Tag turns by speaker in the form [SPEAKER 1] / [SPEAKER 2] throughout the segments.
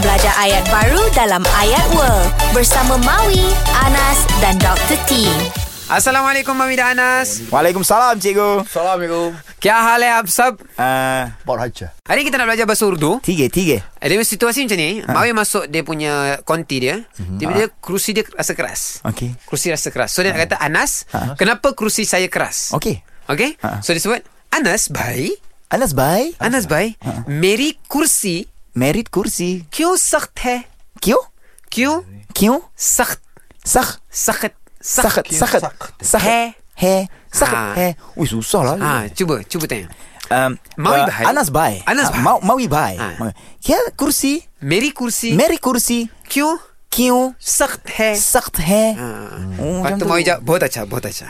[SPEAKER 1] Ada ayat baru dalam Ayat World bersama Maui, Anas dan Dr. T.
[SPEAKER 2] Aslam Amir Anas
[SPEAKER 3] Waalaikumsalam cikgu.
[SPEAKER 4] Assalamualaikum.
[SPEAKER 2] क्या हाल है आप सब
[SPEAKER 3] Uh,
[SPEAKER 4] Buat haja.
[SPEAKER 2] Hari ni kita nak belajar bahasa Urdu Eh,
[SPEAKER 3] tiga, tiga.
[SPEAKER 2] Dia punya situasi macam ni ha. Mhm. Mawi masuk dia punya konti dia Tiba-tiba kerusi dia rasa keras
[SPEAKER 3] Okey.
[SPEAKER 2] Kerusi rasa keras So dia nak kata Anas Kenapa kerusi saya keras
[SPEAKER 3] Okey.
[SPEAKER 2] Okay
[SPEAKER 3] Ha.
[SPEAKER 2] So dia sebut Anas bhai
[SPEAKER 3] Anas bhai,
[SPEAKER 2] Anas bhai Meri kursi
[SPEAKER 3] merit kursi.
[SPEAKER 2] Kyo sakht hai
[SPEAKER 3] Kyo?
[SPEAKER 2] Kyo
[SPEAKER 3] Kyo?
[SPEAKER 2] sakht
[SPEAKER 3] Sakh.
[SPEAKER 2] Sakht
[SPEAKER 3] Sakhat. Sakhat. Sakhat.
[SPEAKER 2] He.
[SPEAKER 3] He.
[SPEAKER 2] Ha.
[SPEAKER 3] Sakhat. He. Ui, susah lah.
[SPEAKER 2] Ha, cuba, cuba tanya
[SPEAKER 3] Um,
[SPEAKER 2] Mawi
[SPEAKER 3] uh,
[SPEAKER 2] bhai.
[SPEAKER 3] Anas bhai.
[SPEAKER 2] Anas
[SPEAKER 3] Uh,
[SPEAKER 2] bhai.
[SPEAKER 3] Ma- Mawi bhai.
[SPEAKER 2] Ha.
[SPEAKER 3] Kya kursi?
[SPEAKER 2] Meri kursi
[SPEAKER 3] Meri kursi.
[SPEAKER 2] Kyo
[SPEAKER 3] Kyo?
[SPEAKER 2] sakht hai
[SPEAKER 3] Sakht he.
[SPEAKER 2] Ha.
[SPEAKER 3] Oh,
[SPEAKER 2] Lepas
[SPEAKER 3] macam
[SPEAKER 2] tu
[SPEAKER 3] tu.
[SPEAKER 2] Mawi jawab Bahut acha, bahut acha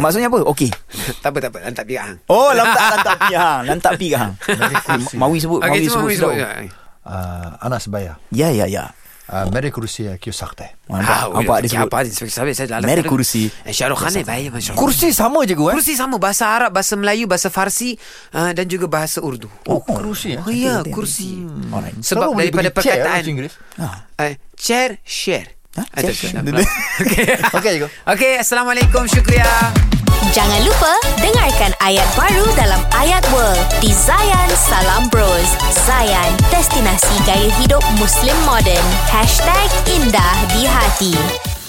[SPEAKER 3] Maksudnya apa? Okey.
[SPEAKER 2] tak apa, tak apa. Lantak biar hang.
[SPEAKER 3] Oh, lantak lantak pi hang, lantak pi hang. Mawi sebut,
[SPEAKER 2] Okey,
[SPEAKER 3] Mawi
[SPEAKER 2] cuma
[SPEAKER 3] sebut.
[SPEAKER 2] Mawi sebut.
[SPEAKER 3] sedap.
[SPEAKER 4] Uh, Anas Baya.
[SPEAKER 3] Ya, ya, ya.
[SPEAKER 4] Uh, Mary Kurusi Kyo Sakte.
[SPEAKER 3] Nampak, nampak dia sebut.
[SPEAKER 2] Ah, Apa dia sebut? Sabit saya lalai.
[SPEAKER 3] Mari kursi.
[SPEAKER 2] Eh, Shah Rukh Khan ni baik. Masya Allah.
[SPEAKER 3] Kursi sama je gua. eh?
[SPEAKER 2] Kursi sama bahasa Arab, bahasa Melayu, bahasa Farsi uh, dan juga bahasa Urdu.
[SPEAKER 3] Oh, kursi.
[SPEAKER 2] Oh ya, kursi.
[SPEAKER 3] Hmm. Alright.
[SPEAKER 2] Sebab
[SPEAKER 4] Kenapa boleh
[SPEAKER 2] daripada
[SPEAKER 4] pergi chair
[SPEAKER 2] perkataan
[SPEAKER 4] bahasa Inggeris?
[SPEAKER 2] uh, chair share.
[SPEAKER 3] Ha?
[SPEAKER 2] Ah, tak,
[SPEAKER 3] Chair,
[SPEAKER 2] tak,
[SPEAKER 3] share.
[SPEAKER 2] tak, tak. Okey.
[SPEAKER 4] Okey, Cikgu.
[SPEAKER 2] Okey, assalamualaikum. Syukriya.
[SPEAKER 1] Jangan lupa dengarkan ayat baru dalam Ayat World di Zayan Salam Bros. Zayan, destinasi gaya hidup Muslim modern. #IndahDiHati